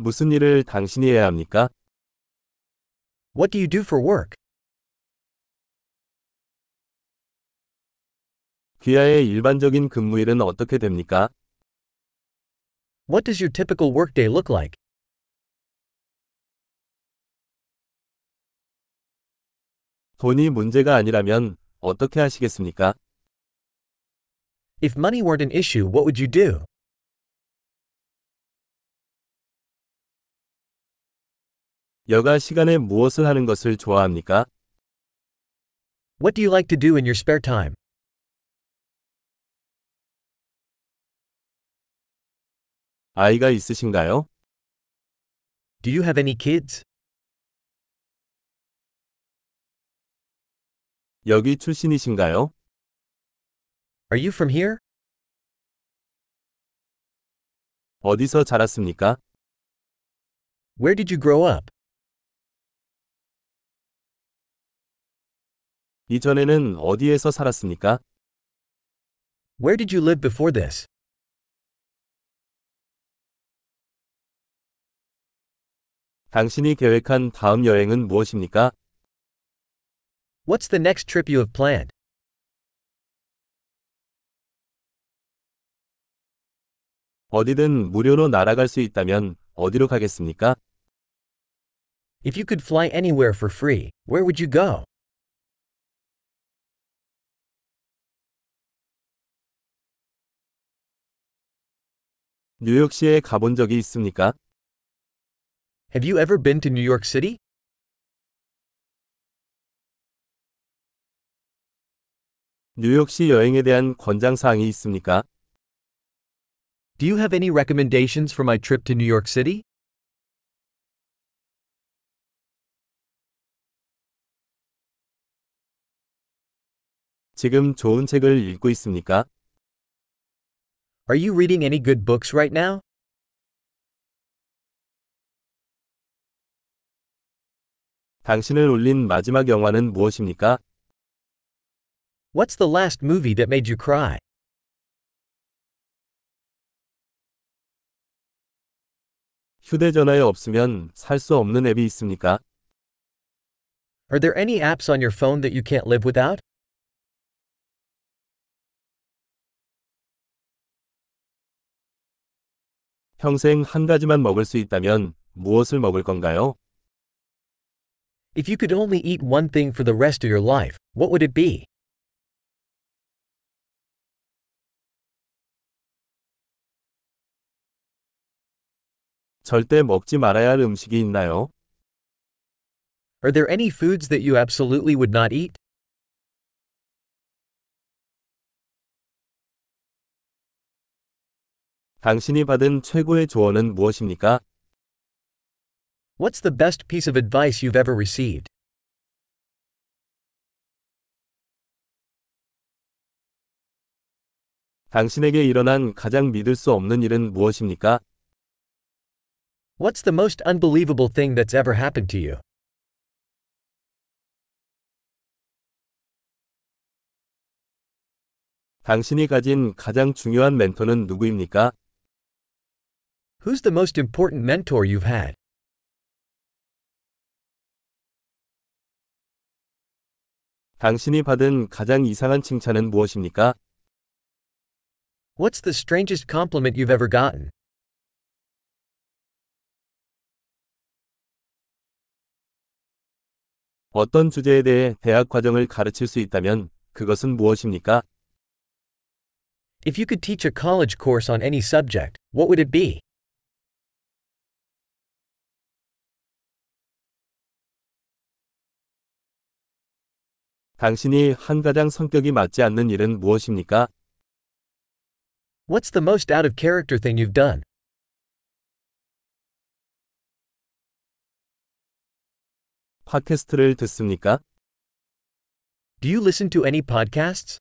무슨 일을 당신이 해야 합니까? What do you do for work? 귀하의 일반적인 근무일은 어떻게 됩니까? What does your typical workday look like? 돈이 문제가 아니라면 어떻게 하시겠습니까? If money weren't an issue, what would you do? 여가 시간에 무엇을 하는 것을 좋아합니까? What do you like to do in your spare time? 아이가 있으신가요? Do you have any kids? 여기 출신이신가요? Are you from here? 어디서 자랐습니까? Where did you grow up? 이전에는 어디에서 살았습니까? Where did you live before this? 당신이 계획한 다음 여행은 무엇입니까? What's the next trip you have planned? 어디든 무료로 날아갈 수 있다면 어디로 가겠습니까? If you could fly anywhere for free, where would you go? 뉴욕시에 가본 적이 있습니까? Have you ever been to New York City? 뉴욕시 여행에 대한 권장사항이 있습니까? Do you have any recommendations for my trip to New York City? 지금 좋은 책을 읽고 있습니까? Are you reading any good books right now? 당신을 울린 마지막 영화는 무엇입니까? What's the last movie that made you cry? 휴대전화에 없으면 살 수 없는 앱이 있습니까? Are there any apps on your phone that you can't live without? 평생 한 가지만 먹을 수 있다면 무엇을 먹을 건가요? If you could only eat one thing for the rest of your life, what would it be? 절대 먹지 말아야 할 음식이 있나요? Are there any foods that you absolutely would not eat? 당신이 받은 최고의 조언은 무엇입니까? What's the best piece of advice you've ever received? 당신에게 일어난 가장 믿을 수 없는 일은 무엇입니까? What's the most unbelievable thing that's ever happened to you? 당신이 가진 가장 중요한 멘토는 누구입니까? Who's the most important mentor you've had? 당신이 받은 가장 이상한 칭찬은 무엇입니까? What's the strangest compliment you've ever gotten? 어떤 주제에 대해 대학 과정을 가르칠 수 있다면 그것은 무엇입니까? If you could teach a college course on any subject, what would it be? 당신이 한 가장 성격이 맞지 않는 일은 무엇입니까? What's the most out of character thing you've done? 팟캐스트를 듣습니까? Do you listen to any podcasts?